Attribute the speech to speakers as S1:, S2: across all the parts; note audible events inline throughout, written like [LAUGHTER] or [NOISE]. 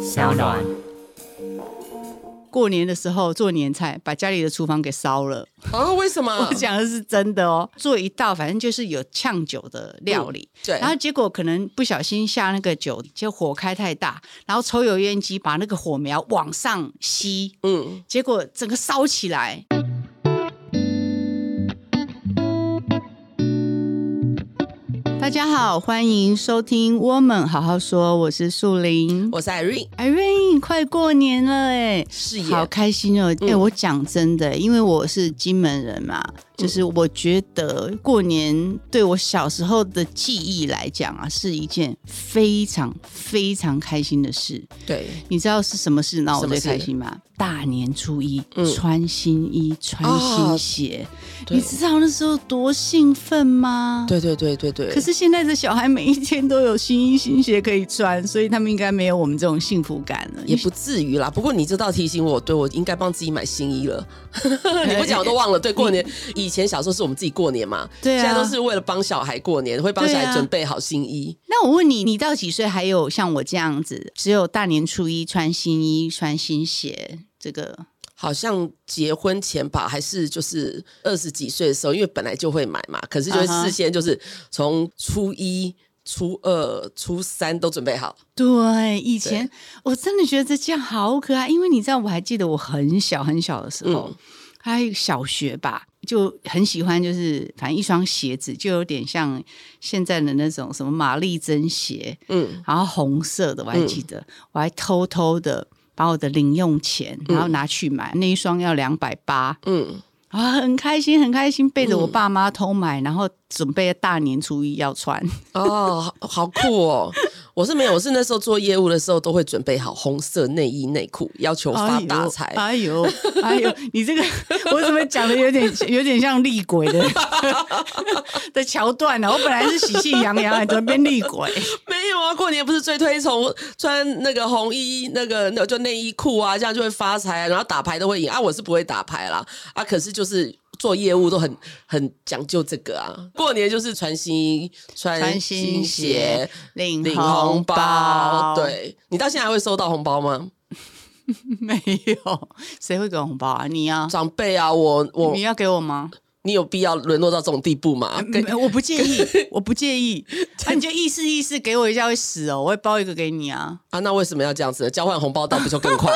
S1: 小暖。
S2: 过年的时候做年菜，把家里的厨房给烧了。
S1: 啊，为什么
S2: [LAUGHS] 我？讲的是真的哦，做一道反正就是有呛酒的料理，
S1: 嗯对，
S2: 然后结果可能不小心下那个酒，就火开太大，然后抽油烟机把那个火苗往上吸，
S1: 嗯，
S2: 结果整个烧起来。大家好，欢迎收听《我们好好说》，我是树林。
S1: 我是 Irene，
S2: Irene，快过年了哎，
S1: 是耶
S2: 好开心哦！哎、
S1: 嗯
S2: 我讲真的，因为我是金门人嘛，就是我觉得过年对我小时候的记忆来讲啊，是一件非常非常开心的事。
S1: 对，
S2: 你知道是什么事让我
S1: 什么
S2: 最
S1: 事
S2: 开心吗？大年初一、
S1: 嗯
S2: 穿新衣、穿
S1: 啊
S2: 新鞋，
S1: 对
S2: 你知道那时候多兴奋吗？
S1: 对对对对对。
S2: 可是现在的小孩每一天都有新衣新鞋可以穿，所以他们应该没有我们这种幸福感了。
S1: 也不至于啦，不过你这道提醒我，对我应该帮自己买新衣了。 [LAUGHS] 你不讲我都忘了。对，
S2: [LAUGHS]
S1: 过年以前小时候是我们自己过年嘛，
S2: 对啊
S1: 现在都是为了帮小孩过年，会帮小
S2: 对
S1: 孩
S2: 啊
S1: 准备好新衣。
S2: 那我问你，你到几岁还有像我这样子，只有大年初一穿新衣、穿新鞋？这个
S1: 好像结婚前吧，还是就是二十几岁的时候，因为本来就会买嘛，可是就会
S2: 啊哈
S1: 事先就是从初一、初二、初三都准备好。
S2: 对，以前我真的觉得这样好可爱，因为你知道，我还记得我很小很小的时候，
S1: 嗯
S2: 还有小学吧，就很喜欢，就是反正一双鞋子，就有点像现在的那种什么玛丽珍鞋，
S1: 嗯，
S2: 然后红色的，我还记得，我还偷偷的把我的零用钱，然后拿去买、那一双要两百八，
S1: 嗯，
S2: 啊，很开心，很开心，背着我
S1: 嗯
S2: 爸妈偷买，然后准备大年初一要穿。
S1: 哦，好好酷哦！我是没有，我是那时候做业务的时候都会准备好红色内衣内裤，要求发大财。
S2: 哎呦， [LAUGHS] 哎呦，你这个我怎么讲的有点有点像厉鬼的 [LAUGHS] 的桥段呢、我本来是喜气洋洋，怎么变厉鬼？
S1: 没有啊，过年不是最推崇穿那个红衣那个那就内衣裤啊，这样就会发财啊，然后打牌都会赢啊。我是不会打牌啦，啊，可是就是做业务都很很讲究这个啊。过年就是穿新衣、穿
S2: 穿新
S1: 新
S2: 鞋
S1: 鞋、
S2: 领
S1: 领红包。
S2: 对，
S1: 对你到现在还会收到红包吗？
S2: [LAUGHS] 没有，谁会给我红包啊？你啊，
S1: 长辈啊，我我
S2: 你要给我吗？嗯
S1: 你有必要沦落到这种地步吗？跟
S2: 没我不介意，我不介意。啊那、你就意思意思给我一下会死哦，我会包一个给你啊。
S1: 啊，那为什么要这样子呢？交换红包倒不就
S2: [LAUGHS]
S1: 更快？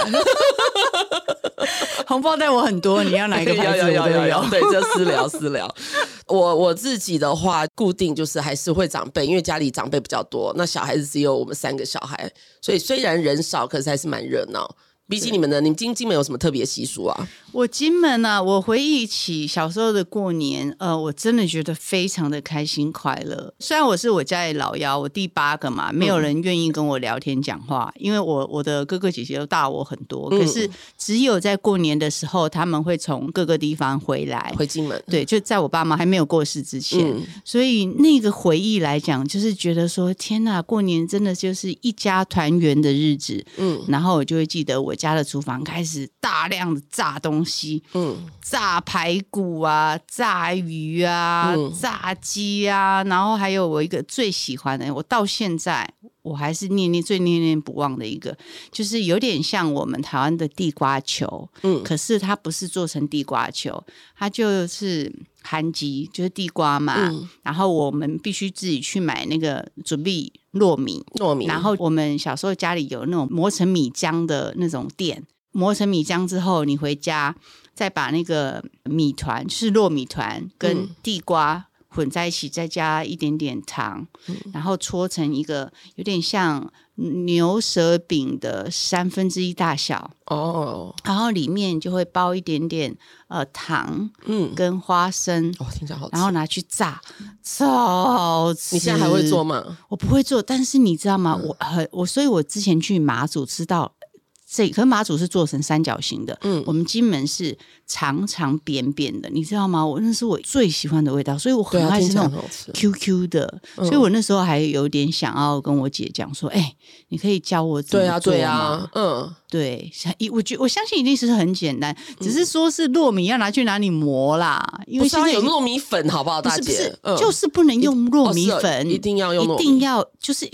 S2: 红包带我很多，你要哪一个
S1: [LAUGHS]
S2: 牌子我都有。
S1: 对，就私聊私聊。 [LAUGHS] 我我自己的话，固定就是还是会长辈，因为家里长辈比较多，那小孩子只有我们三个小孩，所以虽然人少，可是还是蛮热闹。比起你们呢，你们金金门有什么特别习俗啊？
S2: 我金门啊，我回忆起小时候的过年，呃，我真的觉得非常的开心快乐。虽然我是我家里老幺，我第八个嘛，
S1: 嗯
S2: 没有人愿意跟我聊天讲话，因为我我的哥哥姐姐都大我很多，
S1: 嗯
S2: 可是只有在过年的时候，他们会从各个地方回来。
S1: 回金门，
S2: 对，就在我爸妈还没有过世之前，
S1: 嗯，
S2: 所以那个回忆来讲，就是觉得说，天呐，过年真的就是一家团圆的日子。
S1: 嗯
S2: 嗯，然后我就会记得我家的厨房开始大量的炸东西，
S1: 嗯
S2: 炸排骨啊，炸鱼啊，
S1: 嗯
S2: 炸鸡啊，然后还有我一个最喜欢的，我到现在我还是念念最念念不忘的一个，就是有点像我们台湾的地瓜球，
S1: 嗯
S2: 可是它不是做成地瓜球，它就是韩籍，就是地瓜嘛，
S1: 嗯
S2: 然后我们必须自己去买那个准备糯米，
S1: 糯米，
S2: 然后我们小时候家里有那种磨成米浆的那种店，磨成米浆之后，你回家再把那个米团，就是糯米团跟
S1: 嗯
S2: 地瓜混在一起，再加一点点糖，
S1: 嗯
S2: 然后搓成一个有点像牛舌饼的三分之一大小，
S1: 哦，
S2: 然后里面就会包一点点呃糖
S1: 嗯，
S2: 跟花生。
S1: 哦，听起来好吃。
S2: 然后拿去炸，超吃。
S1: 你现在还会做吗？
S2: 我不会做，但是你知道吗？
S1: 嗯
S2: 我很我，所以我之前去马祖吃到这，可是马祖是做成三角形的，
S1: 嗯
S2: 我们金门是长长扁扁的，你知道吗？我那是我最喜欢的味道，所以我
S1: 对
S2: 很
S1: 啊，
S2: 爱
S1: 听
S2: 吃
S1: 起来
S2: 那
S1: 很
S2: 种
S1: 好吃。嗯
S2: QQ 的，所以我那时候还有点想要跟我姐讲说，哎、你可以教我怎
S1: 对
S2: 么
S1: 啊，
S2: 做
S1: 对
S2: 吗？
S1: 啊，嗯，
S2: 对对，想一我觉我相信一定是很简单，只是说是糯米要拿去哪里磨啦，因
S1: 嗯不
S2: 为
S1: 是
S2: 现
S1: 嗯要
S2: 在已
S1: 有
S2: 经
S1: 糯米粉好不好，
S2: 不
S1: 大
S2: 是不
S1: 姐嗯
S2: 是？，就是不能用糯米
S1: 哦是哦
S2: 粉，
S1: 一定要用糯米
S2: 一定要就是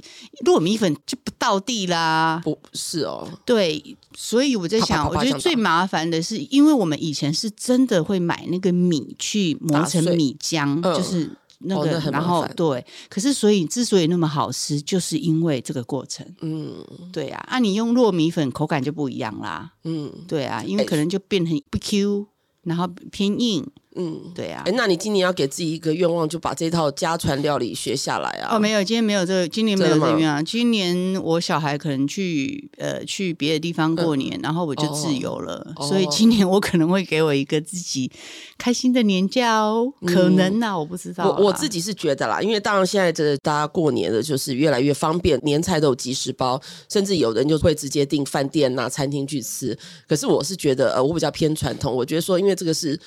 S2: 糯米粉就不到地啦。
S1: 不是哦，
S2: 对，所以我在
S1: 啪啪
S2: 想，
S1: 啪
S2: 我
S1: 啪
S2: 觉
S1: 这样
S2: 得最
S1: 打
S2: 麻烦的是，因为我们以前是真的会买那个米去磨
S1: 打
S2: 成
S1: 碎
S2: 米浆，
S1: 嗯
S2: 就是那
S1: 哦
S2: 个，
S1: 那很麻
S2: 然后
S1: 烦
S2: 对，可是所以之所以那么好吃，就是因为这个过程。
S1: 嗯
S2: 对啊，啊，你用糯米粉口感就不一样啦。
S1: 嗯
S2: 对啊，因为
S1: 哎
S2: 可能就变成不 Q，然后偏硬。
S1: 嗯。
S2: 对啊
S1: 哎、，那你今年要给自己一个愿望，就把这套家传料理学下来啊！
S2: 哦，没有，今天没有这个，今年没有
S1: 真的
S2: 这
S1: 吗
S2: 个愿望。今年我小孩可能去呃去别的地方过年，然后我就自由了，
S1: 嗯哦
S2: 所以今年我可能会给我一个自己开心的年假哦，可能呐、我不知道啊、
S1: 嗯我我自己是觉得啦，因为当然现在这大家过年的就是越来越方便，年菜都有即食包，甚至有人就会直接订饭店呐、餐厅去吃。可是我是觉得，呃，我比较偏传统，我觉得说，因为这个是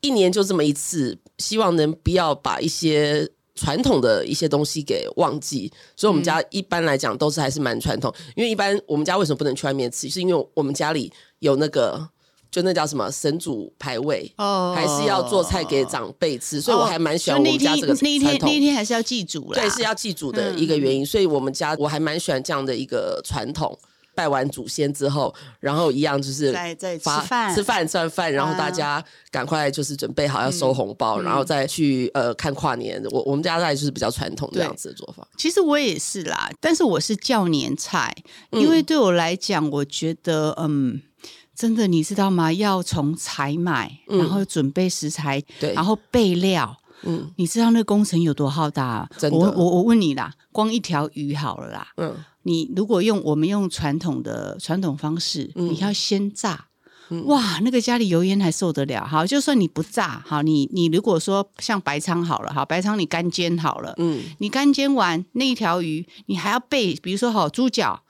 S1: 一年就这么一次，希望能不要把一些。传统的一些东西给忘记，所以我
S2: 嗯
S1: 们家一般来讲都是还是蛮传统。因为一般我们家为什么不能去外面吃，是因为我们家里有那个就那叫什么神主牌位，
S2: 哦
S1: 还是要做菜给长辈吃，所以我还蛮喜
S2: 哦
S1: 欢我
S2: 所以
S1: 们家这个
S2: 那一天那
S1: 传
S2: 一天那一嗯
S1: 统。
S2: 天还是要记住啦，
S1: 对，是要祭祖的一个原因，所以我们家我还蛮喜欢这样的一个传统。拜完祖先之后，然后一样就是
S2: 再再吃
S1: 发
S2: 饭
S1: 吃饭吃完饭，然后
S2: 啊
S1: 大家赶快就是准备好要收红包，
S2: 嗯
S1: 然后再去呃看跨年。我我们家大概就是比较传统这样子的做法。
S2: 其实我也是啦，但是我是叫年菜，
S1: 嗯
S2: 因为对我来讲，我觉得嗯。真的，你知道吗？要从采买，然后准备食材，
S1: 嗯对
S2: 然后备料。
S1: 嗯
S2: 你知道那工程有多浩大、啊？
S1: 真的
S2: 我我我问你啦，光一条鱼好了啦，
S1: 嗯，
S2: 你如果用我们用传统的传统方式，
S1: 嗯
S2: 你要先炸。哇，那个家里油烟还受得了？好，就算你不炸，好，你你如果说像白鲳好了，好，白鲳你干煎好了，
S1: 嗯
S2: 嗯，你干煎完那一条鱼，你还要备，比如说好猪脚，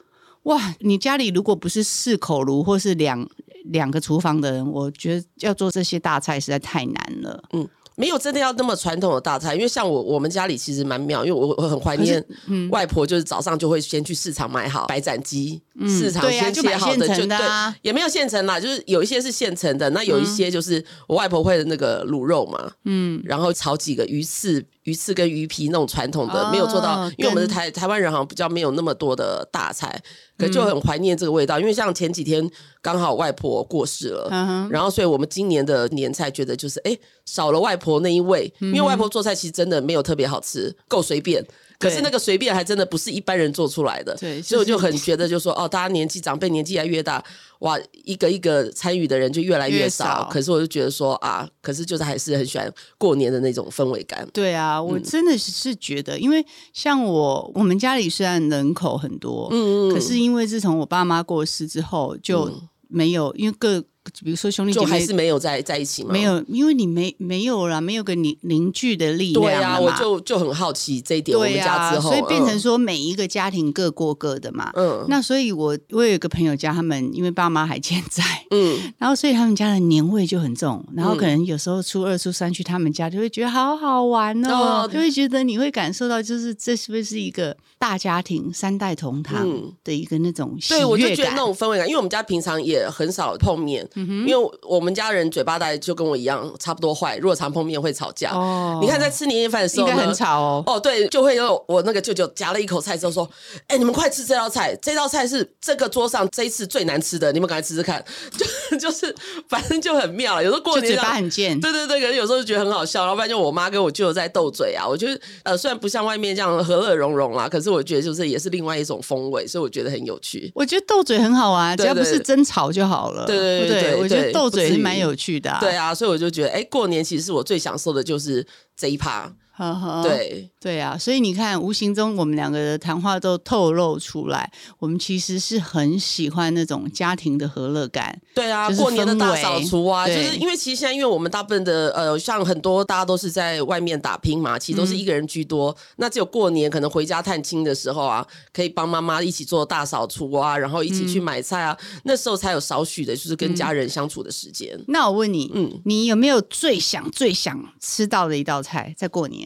S2: 哇，你家里如果不是四口炉或是两两个厨房的人，我觉得要做这些大菜实在太难了。
S1: 嗯没有真的要那么传统的大菜，因为像我我们家里其实蛮妙，因为我我很怀念
S2: 嗯
S1: 外婆，就是早上就会先去市场买好白斩鸡，市场
S2: 对啊
S1: 先
S2: 就
S1: 切
S2: 买
S1: 好
S2: 现
S1: 的
S2: 成的啊嗯
S1: 对，也没有现成啦，就是有一些是现成的，那有一些就是我外婆会那个卤肉嘛，嗯，然后炒几个鱼刺、鱼刺跟鱼皮那种传统的，
S2: 哦
S1: 没有做到，因为我们是
S2: 跟
S1: 台台湾人好像比较没有那么多的大菜，可就很怀念这个味道，因为像前几天刚好外婆过世了，
S2: 嗯哼，
S1: 然后，所以我们今年的年菜觉得就是，哎，少了外婆那一味，
S2: 嗯
S1: 因为外婆做菜其实真的没有特别好吃，够随便。可
S2: 对
S1: 是那个随便还真的不是一般人做出来的，
S2: 对
S1: 所以我就
S2: 就是
S1: 很觉得，就说哦，大家年纪长辈年纪越来越大，哇，一个一个参与的人就越来越
S2: 越
S1: 少。
S2: 少
S1: 可是我就觉得说啊，可是就是还是很喜欢过年的那种氛围感。
S2: 对啊，
S1: 嗯
S2: 我真的是觉得，因为像我，我们家里虽然人口很多，
S1: 嗯
S2: 可是因为自从我爸妈过世之后，就没有，因为各比如说兄弟姐
S1: 就还
S2: 妹
S1: 是没有在在一起嘛，
S2: 没。有，因为你没没有啦，没有个凝凝聚的力量
S1: 对
S2: 了
S1: 啊，
S2: 嘛
S1: 我就就很好奇这一点。我
S2: 对
S1: 们家
S2: 啊，
S1: 之后，
S2: 所以变成
S1: 嗯
S2: 说每一个家庭各过各的嘛。
S1: 嗯
S2: 那所以我我有一个朋友家，他们因为爸妈还健在，
S1: 嗯，
S2: 然后所以他们家的年味就很重，然后可能有时候初二、初三去他们家，就会觉得好好玩哦，
S1: 哦
S2: 就会觉得你会感受到，就是这是不是一个大家庭三代同堂
S1: 嗯
S2: 的一个那种喜悦
S1: 对，
S2: 感？嗯
S1: 我就觉得那种氛围感，因为我们家平常也很少碰面，因为我们家人嘴巴大概就跟我一样，差不多坏。如果常碰面会吵架。
S2: 哦
S1: 你看，在吃年夜饭的时
S2: 应
S1: 候
S2: 该
S1: 呢
S2: 很，吵哦。
S1: 哦，对，就会有我那个舅舅夹了一口菜之后说：“哎、你们快吃这道菜，这道菜是这个桌上这一次最难吃的，你们赶快吃吃看。 [LAUGHS] 就”就是反正就很妙了。有时候过
S2: 就
S1: 年
S2: 嘴
S1: 啊
S2: 巴很贱，
S1: 对对对，可能有时候就觉得很好笑，然后不然就我妈跟我舅舅在斗嘴啊。我觉得呃，虽然不像外面这样和乐融融啦，可是我觉得就是也是另外一种风味，所以我觉得很有趣。
S2: 我觉得斗嘴很好玩，
S1: 对
S2: 只要不
S1: 对
S2: 是争吵就好了。
S1: 对对对
S2: 不
S1: 对
S2: 我觉
S1: 对
S2: 得斗嘴
S1: 不至
S2: 是
S1: 于
S2: 蛮有趣的、啊。
S1: 对，啊，所以我就觉得，哎、过年其实我最享受的就是这一趴。
S2: 呵呵，
S1: 对，
S2: 对啊，所以你看，无形中我们两个的谈话都透露出来，我们其实是很喜欢那种家庭的和乐感。
S1: 对啊，
S2: 就是
S1: 过年的
S2: 氛
S1: 大
S2: 围
S1: 扫除啊，就
S2: 对
S1: 是因为其实现在，因为我们大部分的呃，像很多大家都是在外面打拼嘛，其实
S2: 嗯
S1: 都是一个人居多。那只有过年可能回家探亲的时候啊，可以帮妈妈一起做大扫除啊，然后一起去
S2: 嗯
S1: 买菜啊，那时候才有少许的就是跟家人相处的时间。
S2: 那我问你，
S1: 嗯
S2: 你有没有最想最想吃到的一道菜在过年？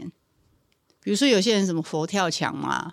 S2: 比如说有些人什么佛跳墙嘛，啊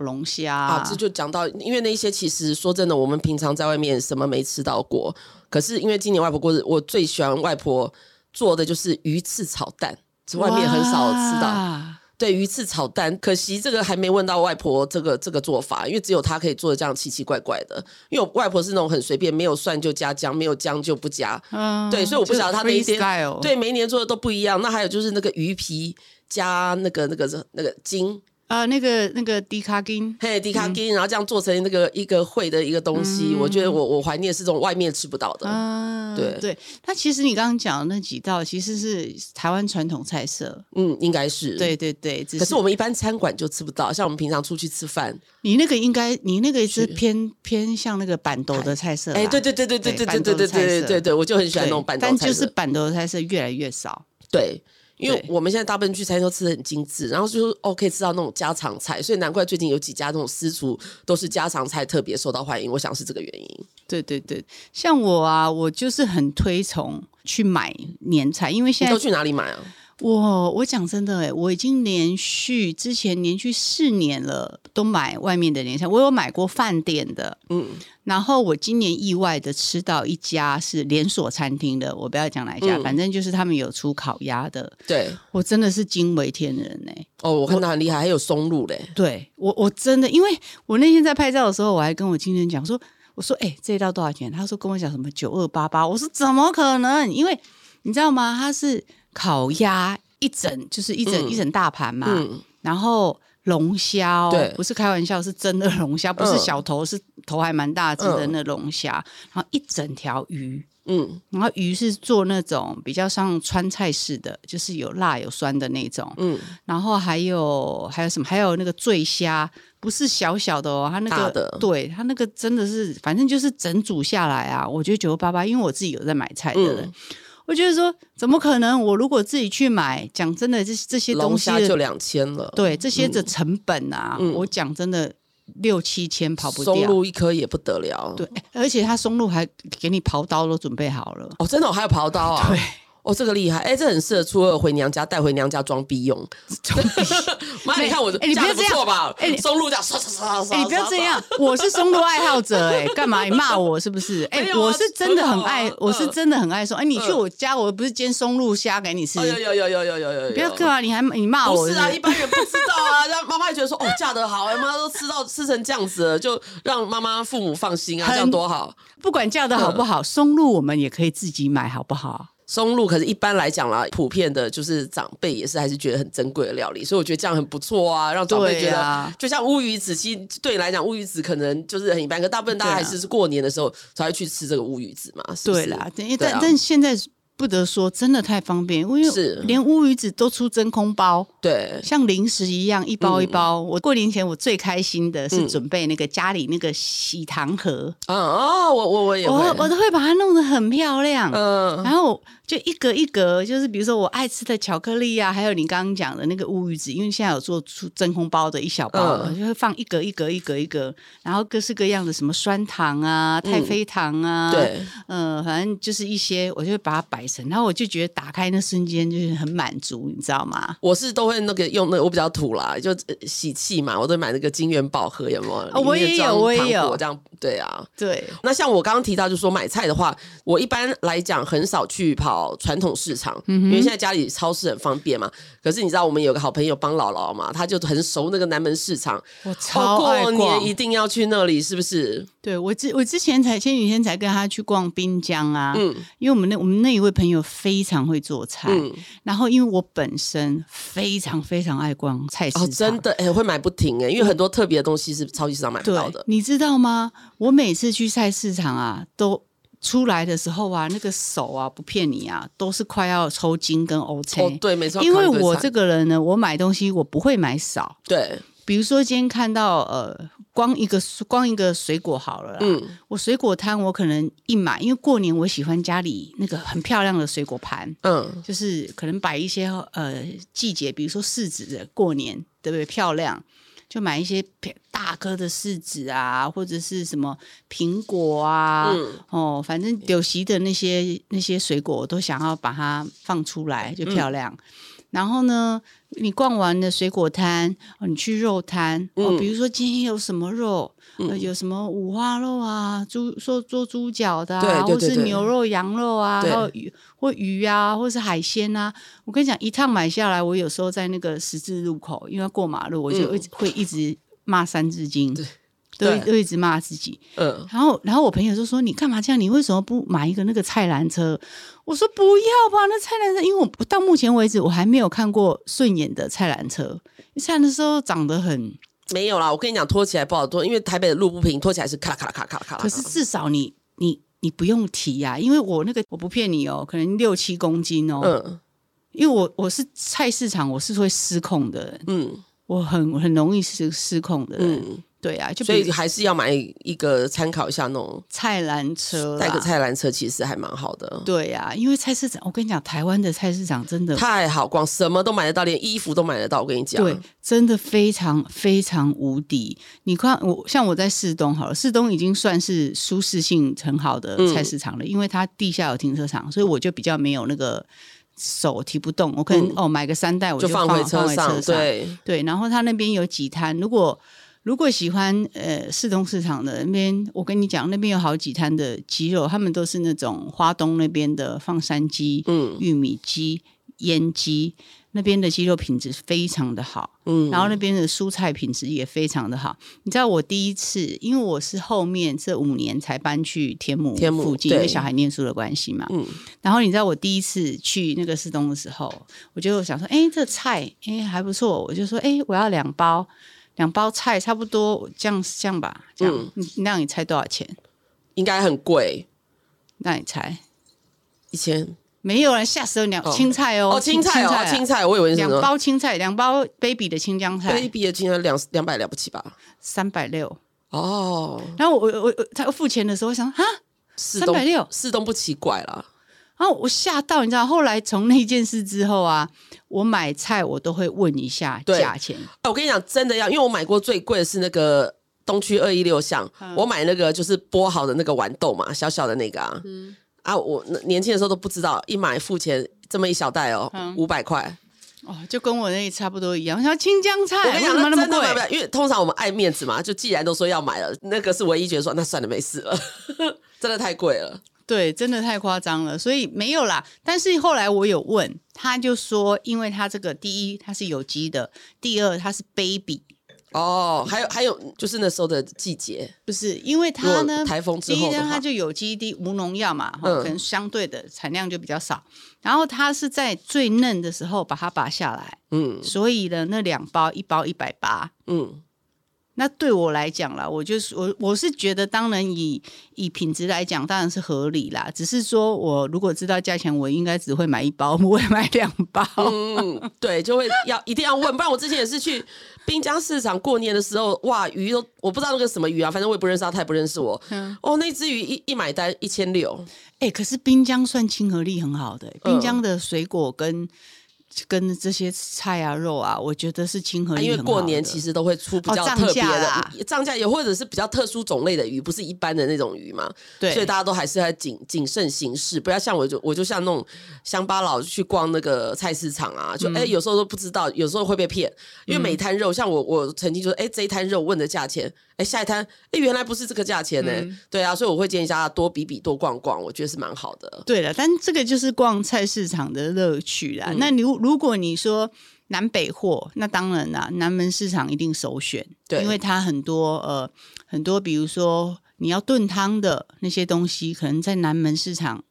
S2: 龙虾
S1: 啊，这就讲到，因为那些其实说真的，我们平常在外面什么没吃到过，可是因为今年外婆过日，我最喜欢外婆做的就是鱼翅炒蛋，这外面很少吃到。
S2: 哇
S1: 对，鱼翅炒蛋，可惜这个还没问到外婆这个这个做法，因为只有她可以做的这样奇奇怪怪的。因为我外婆是那种很随便，没有蒜就加姜，没有姜就不加，
S2: 嗯
S1: 对，所以我不晓得他那一
S2: 就是
S1: 天
S2: freestyle
S1: 对每一年做的都不一样。那还有就是那个鱼皮加那个那个那个筋，
S2: 啊、那个那个迪卡金，
S1: 嘿，迪卡筋，然后这样做成那个一个烩的一个东西，我觉得我我怀念是这种外面吃不到的。
S2: 嗯，
S1: 对
S2: 对，它其实你刚刚讲的那几道其实是台湾传统菜色，
S1: 嗯，应该是。
S2: 对对对，只
S1: 可
S2: 是
S1: 是我们一般餐馆就吃不到，像我们平常出去吃饭，
S2: 你那个应该你那个是偏偏向那个板豆的菜色啦，
S1: 哎、对对对对对
S2: 对
S1: 对对
S2: 板
S1: 对
S2: 豆
S1: 对
S2: 的菜
S1: 对
S2: 色
S1: 对对，我就很喜
S2: 对，
S1: 欢那种板豆
S2: 但
S1: 菜
S2: 就
S1: 色。
S2: 是板豆的菜色越来越少，
S1: 对，因为
S2: 对
S1: 我们现在大部分去餐厅都吃的很精致，然后就是哦可以吃到那种家常菜，所以难怪最近有几家那种私厨都是家常菜特别受到欢迎，我想是这个原因。
S2: 对对对，像我啊，我就是很推崇去买年菜，因为现
S1: 你
S2: 在
S1: 都去哪里买啊？
S2: 我我讲真的哎，我已经连续之前连续四年了，都买外面的年菜。我有买过饭店的，
S1: 嗯，
S2: 然后我今年意外的吃到一家是连锁餐厅的，我不要讲哪一家，
S1: 嗯
S2: 反正就是他们有出烤鸭的，
S1: 对，
S2: 我真的是惊为天人哎、
S1: 哦，我看到很厉害，还有松露嘞。
S2: 对我，我真的，因为我那天在拍照的时候，我还跟我经纪人讲说，我说，哎、这一道多少钱？他说跟我讲什么九二八八，我说怎么可能？因为你知道吗？它是烤鸭一整，就是一整、
S1: 嗯
S2: 一整大盘嘛，
S1: 嗯，
S2: 然后龙虾
S1: 对
S2: 哦，不是开玩笑，是真的龙虾，不是
S1: 嗯
S2: 小头，是头还蛮大只的
S1: 嗯
S2: 那龙虾，然后一整条鱼，
S1: 嗯
S2: 然后鱼是做那种比较像川菜式的，就是有辣有酸的那种。
S1: 嗯，
S2: 然后还有还有什么？还有那个醉虾，不是小小的哦，它那
S1: 大
S2: 个
S1: 的
S2: 对它那个真的是，反正就是整组下来啊，我觉得九八八，因为我自己有在买菜的人，
S1: 嗯
S2: 我觉得说怎么可能？我如果自己去买，讲真的，这这些东
S1: 龙
S2: 西
S1: 虾就
S2: 的
S1: 两千了，，
S2: 对这些的成本啊，
S1: 嗯
S2: 我讲真的六七千跑不
S1: 松
S2: 掉。
S1: 露一颗也不得了。
S2: 对，，而且它松露还给你刨刀都准备好
S1: [LAUGHS]
S2: 了。
S1: 哦，真的、哦，还有刨刀啊。
S2: 对，
S1: 哦，这个厉害，哎、这很适合初二回娘家带回娘家装
S2: [LAUGHS]
S1: 逼用。妈，你看我
S2: 哎你不要
S1: 嫁得不
S2: 这样
S1: 错吧？
S2: 哎你
S1: 松露这样刷刷刷刷，
S2: 哎、你不要
S1: 刷
S2: 这样，我是松露爱好者哎、干嘛你骂我是不
S1: [LAUGHS]
S2: 是？哎、
S1: 没有啊
S2: 我是真的很爱，
S1: 很好啊
S2: 我是真的很爱松。哎、你去
S1: 嗯
S2: 我家，我不是煎松露虾给你吃，
S1: 哦有有有有有有有有，
S2: 不要干嘛？你还你骂
S1: 不
S2: 我
S1: 是
S2: 不
S1: 啊，一般人不知道啊。 [LAUGHS] 让妈妈也觉得说，哦，嫁得好，哎妈都吃到吃成这样子了，就让妈妈父母放心啊，
S2: 很
S1: 这样多好。
S2: 不管叫的好不
S1: 嗯
S2: 好，松露我们也可以自己买，好不好？
S1: 松露可是一般来讲啦，普遍的就是长辈也是还是觉得很珍贵的料理，所以我觉得这样很不错啊，让长辈觉
S2: 对
S1: 得、
S2: 啊
S1: 就像乌鱼子，其实对你来讲乌鱼子可能就是很一般，可大部分大家还是是过年的时候才会去吃这个乌鱼子嘛，是不是
S2: 对啦，但、
S1: 对
S2: 但、
S1: 啊
S2: 但现在不得说，真的太方便，因为
S1: 是嗯
S2: 连乌鱼子都出真空包。
S1: 对
S2: 像零食一样，一包一包。我过年前我最开心的是
S1: 嗯
S2: 准备那个家里那个喜糖盒，
S1: 啊哦，我我我也会，
S2: 我我都会把它弄得很漂亮。
S1: 嗯、
S2: 然后就一格一格，就是比如说我爱吃的巧克力啊，还有你刚刚讲的那个乌鱼子，因为现在有做出真空包的一小包了，
S1: 嗯
S2: 就会放一格一格一格一格，然后各式各样的什么酸糖啊、太妃糖啊，，
S1: 对，
S2: 嗯、反正就是一些，我就会把它摆成，然后我就觉得打开那瞬间就是很满足，你知道吗？
S1: 我是都会那个用那个，我比较土啦，就呃喜气嘛，我都买那个金元宝盒，有没有？
S2: 哦我也有
S1: 里面装
S2: 我也
S1: 糖果
S2: 有
S1: 这样，对啊，
S2: 对，
S1: 那像我刚刚提到，就是说买菜的话，我一般来讲很少去跑传统市场，因为现在家里超市很方便嘛。可是你知道，我们有个好朋友帮姥姥嘛，他就很熟那个南门市场，
S2: 我
S1: 哦，
S2: 超爱
S1: 过
S2: 逛
S1: 年一定要去那里，是不是？
S2: 对我之我之前才前几天才跟他去逛滨江啊，
S1: 嗯
S2: 因为我们那我们那一位朋友非常会做菜，
S1: 嗯，
S2: 然后因为我本身非常非常爱逛菜市场，
S1: 哦，真的，哎、会买不停哎、因为很多特别的东西是超级市场买不
S2: 对
S1: 到的，。
S2: 你知道吗？我每次去菜市场啊，都出来的时候啊，那个手啊，不骗你啊，都是快要抽筋跟 O
S1: 哦
S2: K，、，
S1: 对，没错，
S2: 因为
S1: 烤一堆
S2: 我
S1: 菜
S2: 这个人呢，我买东西我不会买少，
S1: 对，
S2: 比如说今天看到呃，光一个光一个水果好了啦，
S1: 嗯
S2: 我水果摊我可能一买，因为过年我喜欢家里那个很漂亮的水果盘，
S1: 嗯，
S2: 就是可能摆一些呃季节，比如说柿子的过年，对不对？漂亮，就买一些漂大颗的柿子啊，或者是什么苹果啊，
S1: 嗯
S2: 哦，反
S1: 嗯
S2: 正柳席的那些那些水果，我都想要把它放出来，就漂亮。然后呢，你逛完了水果摊，哦，你去肉摊，哦，
S1: 嗯
S2: 比如说今天有什么肉，呃，有什么五花肉啊，猪做做猪脚的
S1: 对
S2: 啊，
S1: 对
S2: 或
S1: 对
S2: 是
S1: 对
S2: 牛肉、羊肉啊，还
S1: 对
S2: 有鱼或鱼啊，或是海鲜啊。我跟你讲，一趟买下来，我有时候在那个十字路口，因为要过马路，我就
S1: 嗯
S2: 会会一直骂三字经，
S1: 对
S2: 都
S1: 对
S2: 都一直骂自己。
S1: 嗯，
S2: 然后，然后我朋友就说：“你干嘛这样？你为什么不买一个那个菜篮车？”我说：“不要吧，那菜篮车，因为我我到目前为止我还没有看过顺眼的菜篮车。菜篮车长得很，
S1: 没有啦，我跟你讲，拖起来不好拖，因为台北的路不平，拖起来是咔啦咔啦咔啦咔啦咔啦。
S2: 可是至少你你你不用提呀、因为我那个我不骗你哦，可能六七公斤哦，
S1: 嗯
S2: 因为我我是菜市场，我是会失控的人，
S1: 嗯
S2: 我很很容易失失控的人。
S1: 嗯，
S2: 对啊，就
S1: 所
S2: 比
S1: 以
S2: 如
S1: 还是要买一个参考一下那种
S2: 菜篮车
S1: 带个
S2: 啦。
S1: 菜篮车，其实还蛮好的。
S2: 对呀、因为菜市场，我跟你讲，台湾的菜市场真的
S1: 太好逛，什么都买得到，连衣服都买得到。我跟你讲，
S2: 对，真的非常非常无敌。你看，我像我在市东好了，市东已经算是舒适性很好的菜市场了，
S1: 嗯
S2: 因为它地下有停车场，所以我就比较没有那个手提不动。我可能、哦买个三袋，我
S1: 嗯就
S2: 放
S1: 放回
S2: 车
S1: 车上。对，
S2: 对，然后它那边有几摊，如果如果喜欢呃市东市场的那边，我跟你讲，那边有好几摊的鸡肉，他们都是那种花东那边的放山鸡、
S1: 嗯
S2: 玉米鸡、腌鸡，那边的鸡肉品质非常的好。
S1: 嗯，
S2: 然后那边的蔬菜品质也非常的好。你知道我第一次，因为我是后面这五年才搬去天母
S1: 天母
S2: 附近，因为
S1: 对
S2: 小孩念书的关系嘛。
S1: 嗯
S2: 然后你知道我第一次去那个市东的时候，我就想说，哎，这菜哎还不错，我就说，哎，我要两包，两包菜差不多这样这样吧，这样。
S1: 嗯
S2: 你那你猜多少钱？
S1: 应该很贵，
S2: 那你猜？
S1: 一千
S2: 没有人啊吓死了，两
S1: 哦
S2: 青菜哦，
S1: 哦，青菜
S2: 啊
S1: 哦，青菜，我以为是什
S2: 两
S1: 么
S2: 包青菜，两包 baby 的青江菜，
S1: baby 的青菜两两百了不起吧？
S2: 三百六。
S1: 哦，
S2: 然后我我我他付钱的时候，我想啊，
S1: 四东
S2: 360
S1: 四东不奇怪啦。
S2: 然后我吓到，你知道，后来从那件事之后啊，我买菜我都会问一下
S1: 对
S2: 价钱，
S1: 啊，我跟你讲，真的要，因为我买过最贵的是那个东区二一六巷，
S2: 嗯
S1: 我买那个就是剥好的那个豌豆嘛，小小的那个啊，
S2: 嗯
S1: 啊，我那年轻的时候都不知道，一买付钱这么一小袋哦，
S2: 嗯
S1: 五百块。
S2: 哦，就跟我那差不多一样。像青江菜，
S1: 我跟你
S2: 哎为什
S1: 讲，
S2: 么
S1: 那
S2: 那么
S1: 真的
S2: 贵
S1: 买不？了，因为通常我们爱面子嘛，就既然都说要买了，那个是唯一觉得说那算了，没事了， [LAUGHS] 真的太贵了。
S2: 对，真的太夸张了，所以没有啦。但是后来我有问，他就说，因为他这个第一它是有机的，第二它是 baby，
S1: 哦，还有还有，就是那时候的季节，
S2: 不是因为
S1: 如
S2: 它
S1: 果
S2: 呢
S1: 台风之
S2: 第一
S1: 后的
S2: 呢，它
S1: 话，
S2: 就有机地无农药嘛，哈
S1: 嗯
S2: 可能相对的产量就比较少。然后它是在最嫩的时候把它拔下来，
S1: 嗯
S2: 所以呢，那两包一包一百八。
S1: 嗯，
S2: 那对我来讲啦，我就是我我是觉得，当然以以品质来讲，当然是合理啦。只是说我如果知道价钱，我应该只会买一包，不会买两包。
S1: 嗯，对，就会要一定要问，不然我之前也是去滨江市场过年的时候，哇，鱼都我不知道那个什么鱼啊，反正我也不认识他，他也不认识我。
S2: 嗯
S1: 哦，那只鱼一一买单一千六，
S2: 哎、可是滨江算亲和力很好的、
S1: 嗯
S2: 滨江的水果跟、跟这些菜啊肉啊，我觉得是亲和
S1: 啊
S2: 力
S1: 因为
S2: 很好的、
S1: 过年其实都会出比
S2: 哦
S1: 较
S2: 涨
S1: 特别
S2: 价啦
S1: 的涨价，也或者是比较特殊种类的鱼，不是一般的那种鱼嘛。
S2: 对，
S1: 所以大家都还是在谨谨慎行事，不要像我就我就像那种乡巴佬去逛那个菜市场啊，
S2: 嗯
S1: 就哎、有时候都不知道，有时候会被骗，因为每摊肉，像我我曾经就是哎、这一摊肉问的价钱，哎、下一摊哎、原来不是这个价钱呢、
S2: 嗯
S1: 对啊，所以我会建议大家多比比多逛逛，我觉得是蛮好的。
S2: 对了，但这个就是逛菜市场的乐趣啦。
S1: 嗯
S2: 那如如果你说南北货，那当然啦，南门市场一定首选，
S1: 对
S2: 因为它很多呃很多，比如说你要炖汤的那些东西，可能在南门市场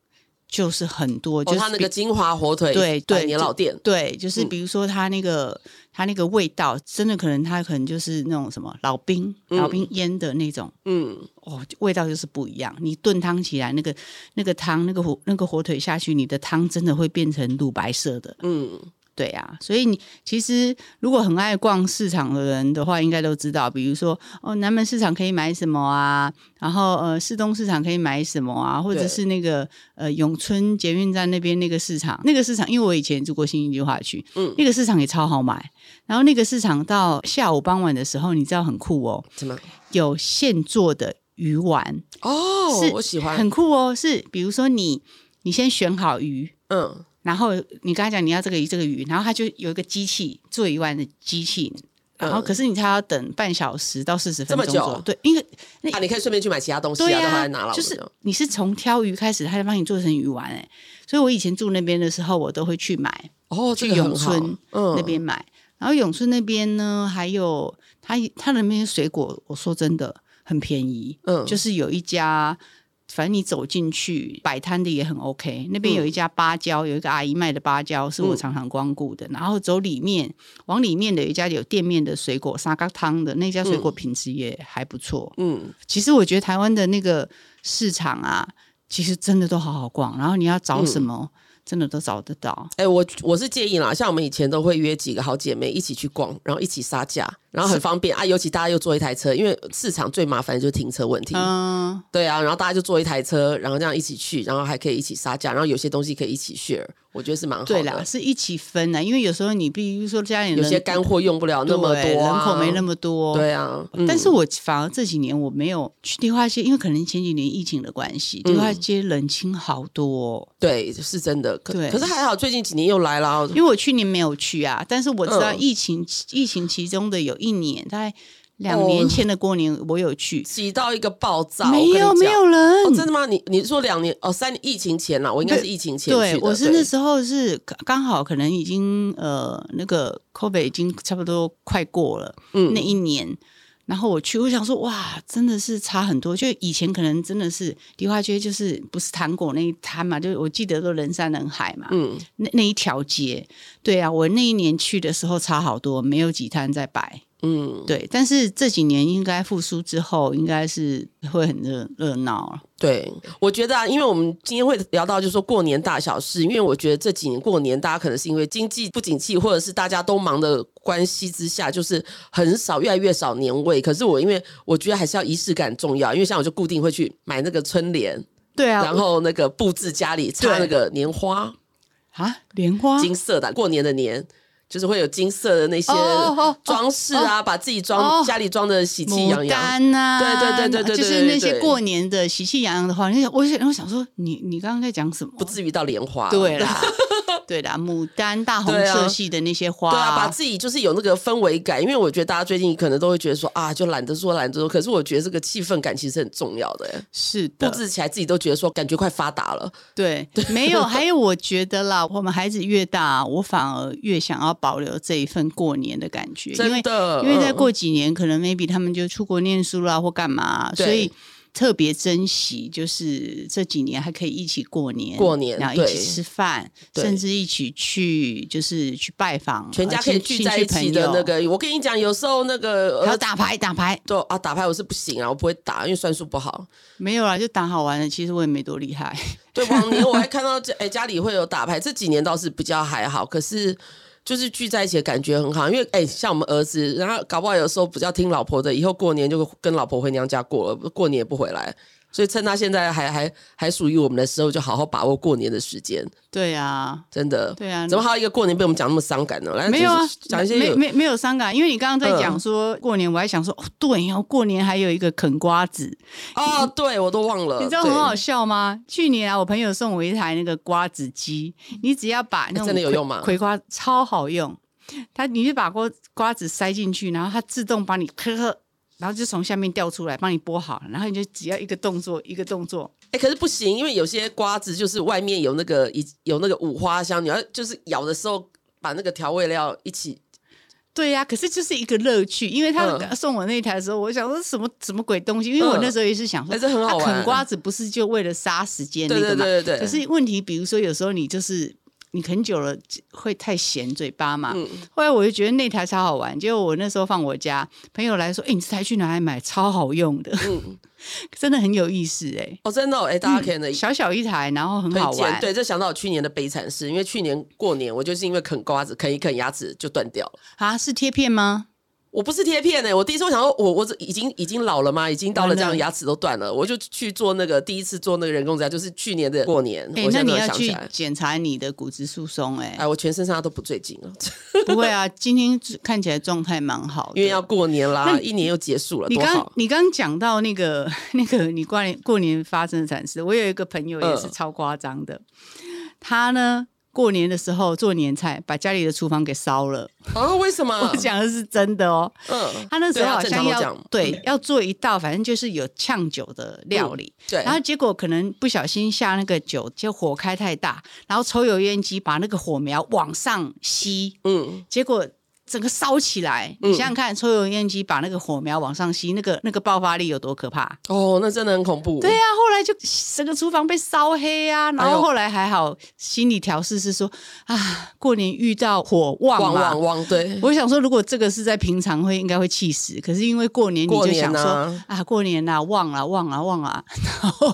S2: 就是很多，就
S1: 哦，
S2: 是
S1: 他那
S2: 比
S1: 个金华火腿
S2: 对对
S1: 百年老店，
S2: 对，就是比如说它那个、它那个味道，真的可能它可能就是那种什么老兵老兵腌的那种。
S1: 嗯，
S2: 哦，就味道就是不一样。你炖汤起来，那个那个汤，那个火那个火腿下去，你的汤真的会变成乳白色的。
S1: 嗯，
S2: 对啊，所以你其实如果很爱逛市场的人的话，应该都知道，比如说哦，南门市场可以买什么啊，然后呃，市东市场可以买什么啊，或者
S1: 对
S2: 是那个呃永春捷运站那边那个市场，那个市场，因为我以前住过新义计划区，
S1: 嗯
S2: 那个市场也超好买。然后那个市场到下午傍晚的时候，你知道很酷哦，
S1: 怎么？
S2: 有现做的鱼丸。
S1: 哦
S2: 是，
S1: 我喜欢，
S2: 很酷哦。是比如说你，你先选好鱼，
S1: 嗯，
S2: 然后你跟他讲你要这个鱼这个鱼，然后他就有一个机器做一万的机器，然后可是你才要等半小时到四十分钟
S1: 嗯这么
S2: 左
S1: 久
S2: 右，对，因为那
S1: 啊，你可以顺便去买其他东西
S2: 对
S1: 啊，
S2: 呀、
S1: 都回来拿了。
S2: 就是你是从挑鱼开始，他就帮你做成鱼丸哎、所以我以前住那边的时候，我都会去买，
S1: 哦，
S2: 去
S1: 这个
S2: 永
S1: 很好
S2: 春
S1: 嗯
S2: 那边买。然后永春那边呢，还有它它的那边水果，我说真的很便宜，
S1: 嗯
S2: 就是有一家。反正你走进去摆摊的也很 OK，那边有一家芭蕉，有一个阿姨卖的芭蕉是我
S1: 嗯
S2: 常常光顾的。然后走里面，往里面的有一家有店面的水果沙嘎汤的那家水果品质也还不错。
S1: 嗯，
S2: 其实我觉得台湾的那个市场啊，其实真的都好好逛，然后你要找
S1: 嗯
S2: 什么，真的都找得到。
S1: 哎、我我是建议啦，像我们以前都会约几个好姐妹一起去逛，然后一起杀价，然后很方便啊。尤其大家又坐一台车，因为市场最麻烦的就是停车问题。
S2: 嗯，
S1: 对啊，然后大家就坐一台车，然后这样一起去，然后还可以一起杀价，然后有些东西可以一起 share，我觉得是蛮好的。
S2: 对啦，是一起分啊的，因为有时候你比如说家里人
S1: 有些干货用不了那么
S2: 对
S1: 多啊、
S2: 人口没那么多，
S1: 对啊。嗯
S2: 但是我反而这几年我没有去迪化街，因为可能前几年疫情的关系，
S1: 嗯
S2: 迪化街冷清好多哦、
S1: 对是真的，可
S2: 对
S1: 可是还好，最近几年又来了。啊
S2: 因为我去年没有去啊，但是我知道
S1: 嗯
S2: 疫情、疫情其中的有一年，大概两年前的过年我有去，
S1: 挤到一个爆炸，
S2: 没
S1: 我
S2: 有
S1: 跟你
S2: 没
S1: 讲
S2: 有人，
S1: 哦，真的吗？你你说两年哦，三年疫情前啦，我应该是疫情前去
S2: 对
S1: 的。，
S2: 我是那时候是刚刚好，可能已经呃那个 COVID 已经差不多快过了，
S1: 嗯
S2: 那一年。然后我去，我想说，哇，真的是差很多。就以前可能真的是迪化街，就是不是糖果那一摊嘛，就我记得都人山人海嘛，
S1: 嗯，
S2: 那那一条街，对啊，我那一年去的时候差好多，没有几摊在摆，
S1: 嗯，
S2: 对。但是这几年应该复苏之后，应该是会很热热闹了，
S1: 对，我觉得啊，因为我们今天会聊到就是说过年大小事，因为我觉得这几年过年大家可能是因为经济不景气，或者是大家都忙的关系之下，就是很少越来越少年味。可是我因为我觉得还是要仪式感重要，因为像我就固定会去买那个春联，
S2: 对啊。
S1: 然后那个布置家里，插那个年花，
S2: 啊，莲花
S1: 金色的过年的年。就是会有金色的那些
S2: 哦哦哦
S1: 装饰啊，把自己装、
S2: 哦
S1: 家里装的喜气洋
S2: 牡
S1: 洋。
S2: 丹呐、
S1: 对对对对对对
S2: 就是那些
S1: 对
S2: 过年的喜气洋洋的话，那我想我想说，你你刚刚在讲什么？
S1: 不至于到莲花，
S2: 对
S1: [LAUGHS]
S2: 啦，对啦，牡丹、大红
S1: 对啊
S2: 色系的那些花，
S1: 对啊，把自己就是有那个氛围感，因为我觉得大家最近可能都会觉得说啊，就懒得说懒得说，可是我觉得这个气氛感其实很重要的，哎
S2: 是
S1: 布
S2: 的，
S1: 置起来自己都觉得说感觉快发达了， [LAUGHS]
S2: 对，没有。还有，我觉得啦，我们孩子越大，啊我反而越想要保留这一份过年的感觉，因
S1: 真
S2: 为
S1: 的，
S2: 因为再
S1: 嗯
S2: 过几年，可能 maybe 他们就出国念书啦，或干嘛，啊
S1: 对
S2: 所以特别珍惜，就是这几年还可以一起过年，
S1: 过年
S2: 然后一起
S1: 对
S2: 吃饭，
S1: 对
S2: 甚至一起去就是去拜访呃
S1: 全家可以聚在一起的那，个，我跟你讲，有时候那个
S2: 呃亲亲戚朋友还有
S1: 呃，
S2: 打牌打牌
S1: 就啊打牌我是不行啊，我不会打，因为算术不好。
S2: 没有啦，就打好玩的。其实我也没多厉害， [LAUGHS]
S1: 对，往年我还看到家哎、家里会有打牌，这几年倒是比较还好，可是。就是聚在一起的感觉很好，因为哎、像我们儿子，然后搞不好有时候比较听老婆的，以后过年就跟老婆回娘家过了，过年也不回来，所以趁他现在还还还属于我们的时候，就好好把握过年的时间，
S2: 对啊。
S1: 真的。
S2: 对啊
S1: 怎么还有一个过年被我们讲那么伤感呢？来，
S2: 没有啊
S1: 就是，讲一些
S2: 没
S1: 有
S2: 没没有伤感，因为你刚刚在
S1: 嗯
S2: 讲说过年，我还想说哦，对哦，过年还有一个啃瓜子，
S1: 哦，对我都忘了，
S2: 你知道很好
S1: 对
S2: 笑吗？去年啊，我朋友送我一台那个瓜子机，你只要把那种
S1: 哎真的有
S2: 葵
S1: 用吗
S2: 葵瓜超好用，它你就把瓜瓜子塞进去，然后它自动帮你呵呵，然后就从下面掉出来，帮你剥好，然后你就只要一个动作一个动作，
S1: 哎、可是不行，因为有些瓜子就是外面有那个一有那个五花香，你要就是咬的时候把那个调味料一起，
S2: 对呀、可是就是一个乐趣。因为他
S1: 嗯
S2: 送我那台的时候，我想说什么什么鬼东西，因为我
S1: 嗯
S2: 那时候也是想说，
S1: 哎这很好
S2: 啊
S1: 玩
S2: 啃瓜子不是就为了杀时间那
S1: 对
S2: 个
S1: 对
S2: 嘛？
S1: 对对对，
S2: 可是问题，比如说有时候你就是你啃久了会太咸嘴巴嘛。
S1: 嗯
S2: 后来我就觉得那台超好玩，结果我那时候放我家，朋友来说：“哎、你这台去哪里买？超好用的，
S1: 嗯，
S2: [LAUGHS] 真的很有意思哎、
S1: 哦，真的、哦，哎、大家可以呢、
S2: 小小一台，然后很好
S1: 推荐，
S2: 玩。
S1: 对，这想到我去年的悲惨事，因为去年过年我就是因为啃瓜子，啃一啃牙齿就断掉了。
S2: 啊，是贴片吗？
S1: 我不是贴片欸呢、我第一次我想说我，我这已经已经老了吗？已经到了这样
S2: 完了
S1: 牙齿都断了，我就去做那个第一次做那个人工指甲，就是去年的过年。
S2: 哎、
S1: 我
S2: 那
S1: 现在
S2: 你
S1: 都
S2: 要
S1: 想起
S2: 去
S1: 来，
S2: 检查你的骨质疏松哎、
S1: 哎，我全身上下都不对劲了， [LAUGHS]
S2: 不会啊，今天看起来状态蛮好的，
S1: 因为要过年
S2: 那
S1: 啦，
S2: 你
S1: 一年又结束了，
S2: 你
S1: 多
S2: 刚
S1: 好。
S2: 你刚讲到那个 [LAUGHS] 那个你过年过年发生的惨事，我有一个朋友也是
S1: 嗯
S2: 超夸张的，他呢过年的时候做年菜，把家里的厨房给烧了。
S1: 啊，为什么
S2: 我？讲的是真的哦。
S1: 嗯，
S2: 他那时
S1: 对
S2: 候
S1: 他
S2: 好
S1: 正
S2: 像
S1: 常都
S2: 要
S1: 讲嗯
S2: 对要做一道，反正就是有呛酒的料理。
S1: 对，
S2: 然后结果可能不小心下那个酒，就火开太大，然后抽油烟机把那个火苗往上吸，
S1: 嗯，
S2: 结果整个烧起来。
S1: 嗯
S2: 你想想看，抽油烟机把那个火苗往上吸，那个那个爆发力有多可怕？
S1: 哦，那真的很恐怖。
S2: 对呀、啊后来就整个厨房被烧黑啊，然
S1: 哎呦
S2: 后后来还好，心理调试是说啊，过年遇到火旺
S1: 汪
S2: 嘛。
S1: 汪汪，对，
S2: 我想说，如果这个是在平常会应该会气死，可是因为过年你
S1: 过
S2: 就
S1: 年
S2: 想说
S1: 啊
S2: 啊，过年啦、忘了忘了忘了，然后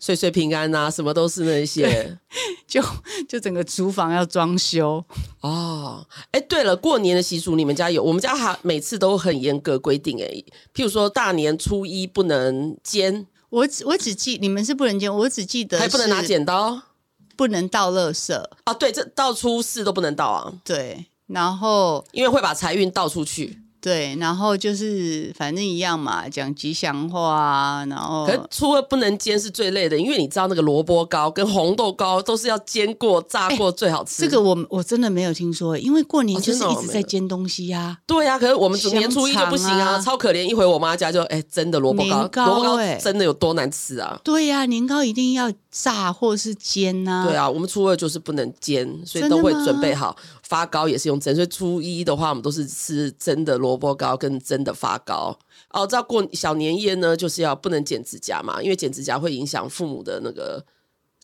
S1: 岁岁平安呐、什么都是那些。
S2: [LAUGHS] 就就整个厨房要装修，
S1: 哦，哎，对了，过年的习俗你们家有？我们家还每次都很严格规定，哎，譬如说大年初一不能煎，
S2: 我只我只记你们是不能煎，我只记得
S1: 还不能拿
S2: 是
S1: 剪刀
S2: 不能倒垃圾，
S1: 啊。对，这到初四都不能倒啊，
S2: 对，然后
S1: 因为会把财运倒出去。
S2: 对，然后就是反正一样嘛，讲吉祥话啊，然后
S1: 可是初二不能煎是最累的，因为你知道那个萝卜糕跟红豆糕都是要煎过、炸过最好吃。
S2: 哎这个我我真的没有听说，因为过年
S1: 嗯哦
S2: 就
S1: 真
S2: 是
S1: 的哦
S2: 一直在煎东西呀、
S1: 对啊呀、可是我们
S2: 香
S1: 年初一就不行
S2: 肠
S1: 啊，
S2: 啊
S1: 超可怜。一回我妈家就，哎、真的萝卜糕，
S2: 年糕
S1: 萝卜糕
S2: 哎
S1: 真的有多难吃啊！
S2: 对呀、年糕一定要炸或是煎呐、
S1: 对，啊，我们初二就是不能煎，所以
S2: 真的
S1: 都会
S2: 吗
S1: 准备好发糕，也是用蒸。所以初一的话，我们都是吃真的萝卜糕跟真的发糕。哦，知道过小年夜呢，就是要不能剪指甲嘛，因为剪指甲会影响父母的那个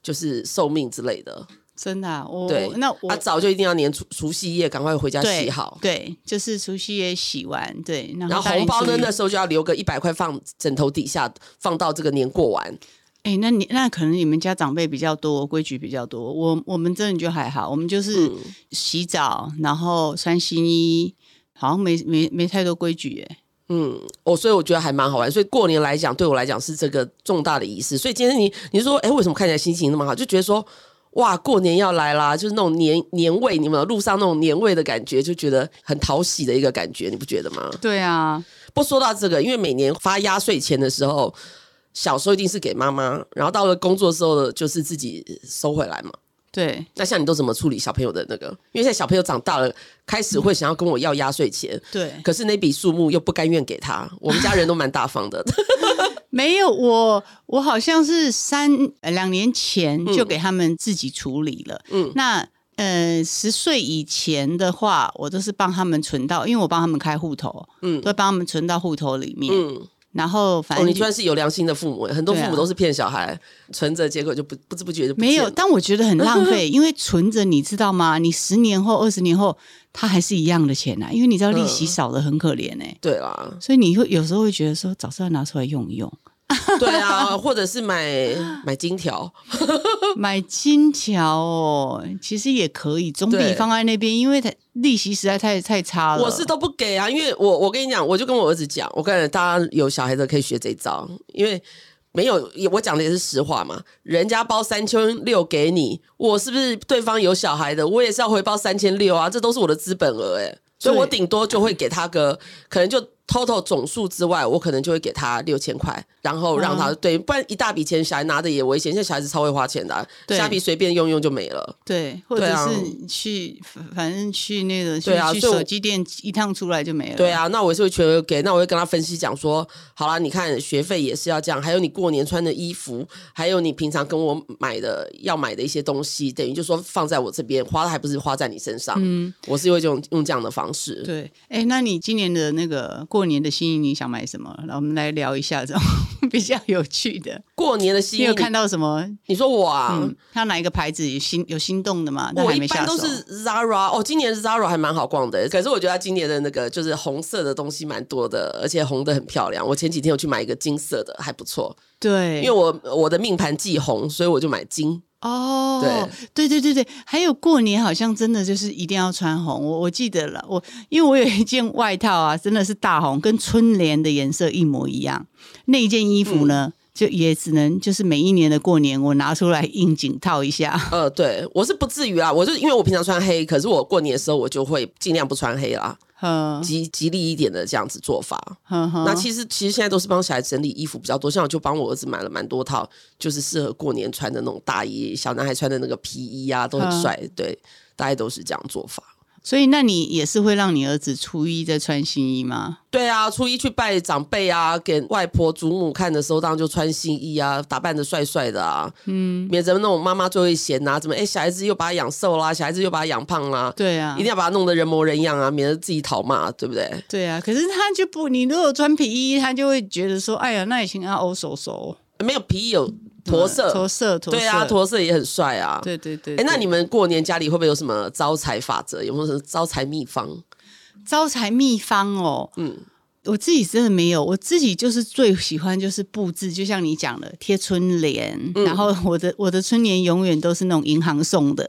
S1: 就是寿命之类的。
S2: 真的啊、我
S1: 对
S2: 我那我、
S1: 啊，早就一定要年除除夕夜赶快回家
S2: 对
S1: 洗好。
S2: 对，就是除夕夜洗完，对，然
S1: 然
S2: 后
S1: 后
S2: 大
S1: 红
S2: 年
S1: 包
S2: 初
S1: 呢，
S2: 一
S1: 那时候就要留个一百块放枕头底下，放到这个年过完。
S2: 哎、那你那可能你们家长辈比较多，规矩比较多。我我们真的就还好，我们就是
S1: 嗯
S2: 洗澡，然后穿新衣，好像没没没太多规矩耶。
S1: 嗯，我、所以我觉得还蛮好玩。所以过年来讲，对我来讲是这个重大的仪式。所以今天你你说，哎，为什么看起来心情那么好？就觉得说，哇，过年要来啦，就是那种年年味，你们路上那种年味的感觉，就觉得很讨喜的一个感觉，你不觉得吗？
S2: 对啊，
S1: 不过说到这个，因为每年发压岁钱的时候，小时候一定是给妈妈，然后到了工作之后，就是自己收回来嘛。
S2: 对
S1: 那像你都怎么处理小朋友的那个？因为现在小朋友长大了，开始会想要跟我要压岁钱，
S2: 对，
S1: 可是那笔数目又不甘愿
S2: [LAUGHS]
S1: 给他。我们家人都蛮大方的，
S2: 没有我我好像是三呃两年前就给他们自己处理了。
S1: 嗯
S2: 嗯，那呃十岁以前的话，我都是帮他们存到，因为我帮他们开户头，
S1: 嗯
S2: 嗯，都帮他们存到户头里面。
S1: 嗯，
S2: 然后反
S1: 哦，
S2: 正
S1: 你
S2: 就
S1: 居然是有良心的父母，很多
S2: 对
S1: 父
S2: 啊
S1: 母都是骗小孩，存着结果就不不知不觉就不
S2: 没
S1: 见
S2: 有， [LAUGHS]
S1: 了
S2: 但我觉得很浪
S1: [LAUGHS]
S2: 费，因为存着你知道吗？你十年后、二十年后，它还是一样的钱啊，因为你知道利息
S1: 嗯
S2: 少的很可怜哎、，
S1: 对啦
S2: 所以你会有时候会觉得说，早知道拿出来用一用，
S1: 对啊，或者是买买金条，
S2: [LAUGHS] 买金条哦，其实也可以，总比
S1: 对
S2: 放在那边，因为它利息实在太太差了。
S1: 我是都不给啊，因为我我跟你讲，我就跟我儿子讲，我跟大家有小孩的可以学这一招，因为没有我讲的也是实话嘛，人家包三千六给你，我是不是对方有小孩的，我也是要回报三千六啊，这都是我的资本额哎、所以我顶多就会给他个，可能就 total 总数之外，我可能就会给他六千块，然后让
S2: 嗯
S1: 他、对，不然一大笔钱小孩拿的也危险，现在小孩子超会花钱的啊、
S2: 对
S1: 下笔随便用用就没了。
S2: 对，或
S1: 对
S2: 者
S1: 啊
S2: 是去，反正去那个去
S1: 对啊
S2: 去
S1: 所以我
S2: 手机店一趟出来就没了。
S1: 对，啊，那我也是会全额给，那我会跟他分析讲说，好啦，你看学费也是要这样，还有你过年穿的衣服，还有你平常跟我买的要买的一些东西，等于就说放在我这边花，还不是花在你身上。嗯，我是会这种用这样的方式。
S2: 对，哎，那你今年的那个过年的心意，你想买什么？来，我们来聊一下这种 [LAUGHS] 比较有趣的。
S1: 过年的心
S2: 你
S1: 意，
S2: 有看到什么？
S1: 你说我啊，
S2: 嗯，看哪一个牌子有心有心动的吗？但
S1: 我
S2: 还
S1: 一
S2: 没
S1: 般
S2: 下手。
S1: 都是 Zara 哦，今年 Zara 还蛮好逛的，可是我觉得它今年的那个就是红色的东西蛮多的，而且红的很漂亮。我前几天有去买一个金色的，还不错，
S2: 对，
S1: 因为我我的命盘忌红，所以我就买金。
S2: 哦，对对对对，还有过年好像真的就是一定要穿红。我我记得了，我因为我有一件
S1: 嗯
S2: 外套啊，真的是大红，跟春联的颜色一模一样。那一件衣服呢，就也只能就是每一年的过年，我拿出来应景套一下。 [LAUGHS]
S1: 呃，对我是不至于啊，我就因为我平常穿黑，可是我过年的时候我就会尽量不穿黑啦，
S2: 嗯
S1: 吉吉利一点的这样子做法。
S2: 嗯哼
S1: 那其实其实现在都是帮小孩整理衣服比较多，像我就帮我儿子买了蛮多套，就是适合过年穿的那种大衣，小男孩穿的那个皮衣啊，都很
S2: 嗯
S1: 帅。对，大概都是这样做法。
S2: 所以那你也是会让你儿子初一再穿新衣吗？
S1: 对啊，初一去拜长辈啊，给外婆、祖母看的时候，当然就穿新衣啊，打扮的帅帅的啊，嗯，免得那种妈妈最会嫌啊，怎么哎、小孩子又把他养瘦啦，小孩子又把他养胖啦，
S2: 对啊
S1: 一，定要把他弄得人模人样啊，免得自己讨骂，对不对？
S2: 对啊。可是他就不，你如果穿皮衣，他就会觉得说，哎呀，那以前阿欧手手
S1: 没有皮有驼色，
S2: 嗯驼色，驼色，
S1: 对啊，驼色也很帅啊。
S2: 对对对。
S1: 哎、那
S2: 对
S1: 你们过年家里会不会有什么招财法则？有没有什么招财秘方？
S2: 招财秘方哦，
S1: 嗯
S2: 嗯，我自己真的没有，我自己就是最喜欢就是布置，就像你讲的贴春联，
S1: 嗯
S2: 然后我的我的春联永远都是那种银行送
S1: [LAUGHS]
S2: 的，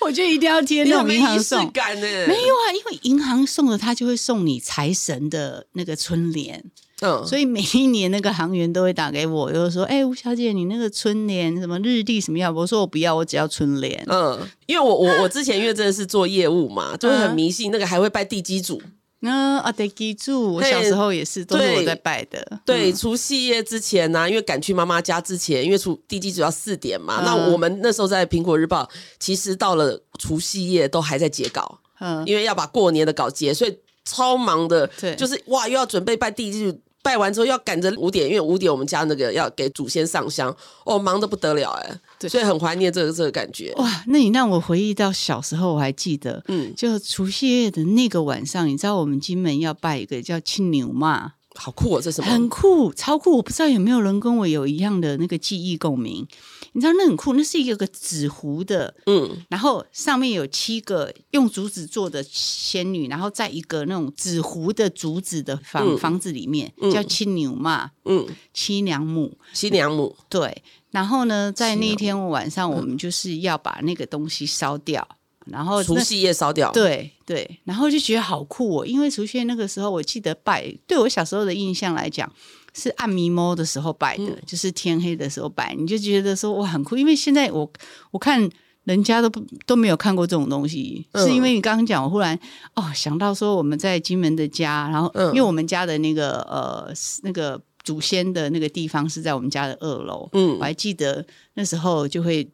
S2: 我就一定要贴
S1: 你
S2: 那
S1: 很
S2: 种
S1: 没
S2: 银行
S1: 仪式
S2: 送。
S1: 感呢、
S2: 没有啊，因为银行送的，他就会送你财神的那个春联，
S1: 嗯，
S2: 所以每一年那个行员都会打给我，就是说：“哎、吴小姐，你那个春联什么日历什么样？”我说：“我不要，我只要春联。
S1: 嗯，因为我我我之前因为真的是做业务嘛，就会
S2: 嗯
S1: 很迷信，那个还会拜地基主。
S2: 那啊，得记住，我
S1: 嘿
S2: 小时候也是，都是
S1: 对
S2: 我在拜的。
S1: 对，除夕夜之前啊呢、因为赶去妈妈家之前，因为除地基主要四点嘛，
S2: 嗯
S1: 那我们那时候在苹果日报，其实到了除夕夜都还在截稿，
S2: 嗯，
S1: 因为要把过年的稿结，所以超忙的。
S2: 对
S1: 就是哇，又要准备拜地基主，拜完之后又要赶着五点，因为五点我们家那个要给祖先上香，哦，忙得不得了哎、
S2: 对哦
S1: 所以很怀念这个这个感觉。
S2: 哇，那你让我回忆到小时候，我还记得，
S1: 嗯，
S2: 就除夕夜的那个晚上，你知道我们金门要拜一个叫青牛嘛，
S1: 好酷哦，这是什
S2: 很
S1: 么？
S2: 酷，超酷。我不知道有没有人跟我有一样的那个记忆共鸣。你知道那很酷，那是一个纸糊的，
S1: 嗯，
S2: 然后上面有七个用竹子做的仙女，然后在一个那种纸糊的竹子的房、
S1: 嗯
S2: 房子里面，叫青牛嘛，
S1: 嗯，
S2: 七娘母。
S1: 新娘母，
S2: 对，然后呢，在
S1: 哦
S2: 那一天晚
S1: 嗯
S2: 上，我们就是要把那个东西烧掉，然后哦
S1: 除
S2: 那
S1: 夕夜烧掉。，
S2: 对对，然后就觉得好酷哦，因为除夕夜那个时候，我记得拜，对我小时候的印象来讲。是暗迷蒙的时候拜的，
S1: 嗯
S2: 就是天黑的时候拜，你就觉得说哇很酷，因为现在我我看人家都不都没有看过这种东西，
S1: 嗯
S2: 是因为你刚刚讲，我忽然哦想到说我们在金门的家，然后、
S1: 嗯
S2: 因为我们家的那个呃那个祖先的那个地方是在我们家的二楼，
S1: 嗯
S2: 我还记得那时候就会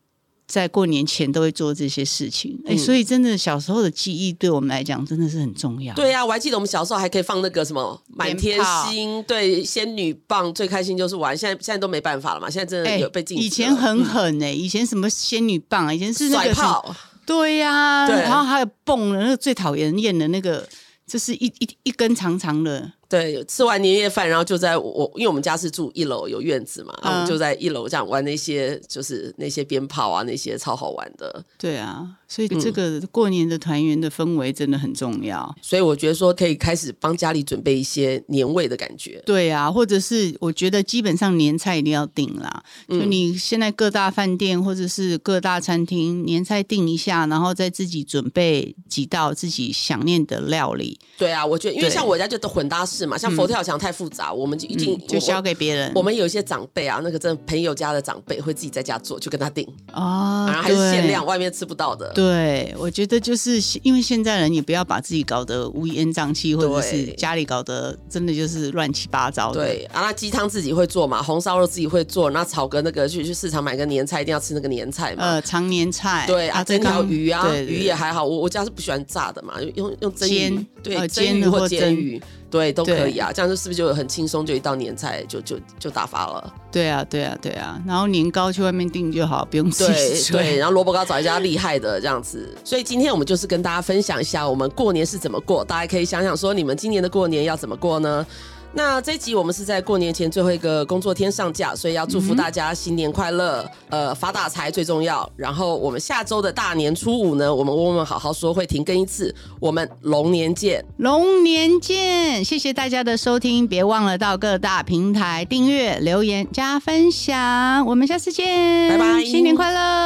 S2: 在过年前都会做这些事情，哎、
S1: 嗯
S2: 所以真的小时候的记忆对我们来讲真的是很重要。
S1: 对呀、啊我还记得我们小时候还可以放那个什么满天星，对，仙女棒，最开心就是玩。现在现在都没办法了嘛，现在真的
S2: 哎，
S1: 有被禁止了。嗯
S2: 以前很狠哎、以前什么仙女棒啊，以前是那
S1: 甩
S2: 个什么，
S1: 炮，
S2: 对呀、
S1: 对
S2: 然后还有蹦的那个最讨人厌的那个，就是一一一根长长的，
S1: 对，吃完年夜饭，然后就在我，因为我们家是住一楼有院子嘛，然后我们
S2: 嗯
S1: 就在一楼这样玩那些就是那些鞭炮啊，那些超好玩的。
S2: 对啊，所以
S1: 嗯
S2: 这个过年的团圆的氛围真的很重要。
S1: 所以我觉得说可以开始帮家里准备一些年味的感觉。
S2: 对啊，或者是我觉得基本上年菜一定要定啦。就
S1: 嗯
S2: 你现在各大饭店或者是各大餐厅年菜定一下，然后再自己准备几道自己想念的料理，
S1: 对啊，我觉得因为
S2: 对嗯
S1: 像我家就都混搭式嘛，像佛跳墙太复杂，我们就一定、
S2: 嗯就
S1: 我
S2: 交给别人。
S1: 我们有一些长辈啊，那个真的朋友家的长辈会自己在家做，就跟他订，
S2: 啊，
S1: 然后还是限
S2: 对
S1: 量，。外面吃不到的。
S2: 对，我觉得就是因为现在人也不要把自己搞得乌烟瘴气，或者是
S1: 对
S2: 家里搞得真的就是乱七八糟的。
S1: 对，啊，那鸡汤自己会做嘛，红烧肉自己会做，那炒个那个去去市场买个年菜，一定要吃那个年菜嘛。
S2: 呃，常年菜
S1: 对啊，蒸条
S2: 刚
S1: 鱼啊，
S2: 对对
S1: 鱼也还好，我我家是不喜欢炸的嘛，用用蒸鱼
S2: 煎，
S1: 对，
S2: 呃
S1: 蒸
S2: 煎
S1: 鱼
S2: 的
S1: 或
S2: 或
S1: 煎
S2: 蒸
S1: 鱼，对，都可以啊。这样就是不是就很轻松，就一道年菜就就就打发了？
S2: 对啊，对啊，对啊。然后年糕去外面订就好，不用自己
S1: [LAUGHS] 对
S2: 做
S1: 对，然后萝卜糕找一家厉害的这样子。所以今天我们就是跟大家分享一下我们过年是怎么过，大家可以想想说你们今年的过年要怎么过呢？那这一集我们是在过年前最后一个工作天上架，所以要祝福大家新年快乐，呃，发大财最重要。然后我们下周的大年初五呢，我们问问好好说会停更一次，我们龙年见。
S2: 龙年见！谢谢大家的收听，别忘了到各大平台订阅、留言、加分享。我们下次见，
S1: 拜拜
S2: 新年快乐！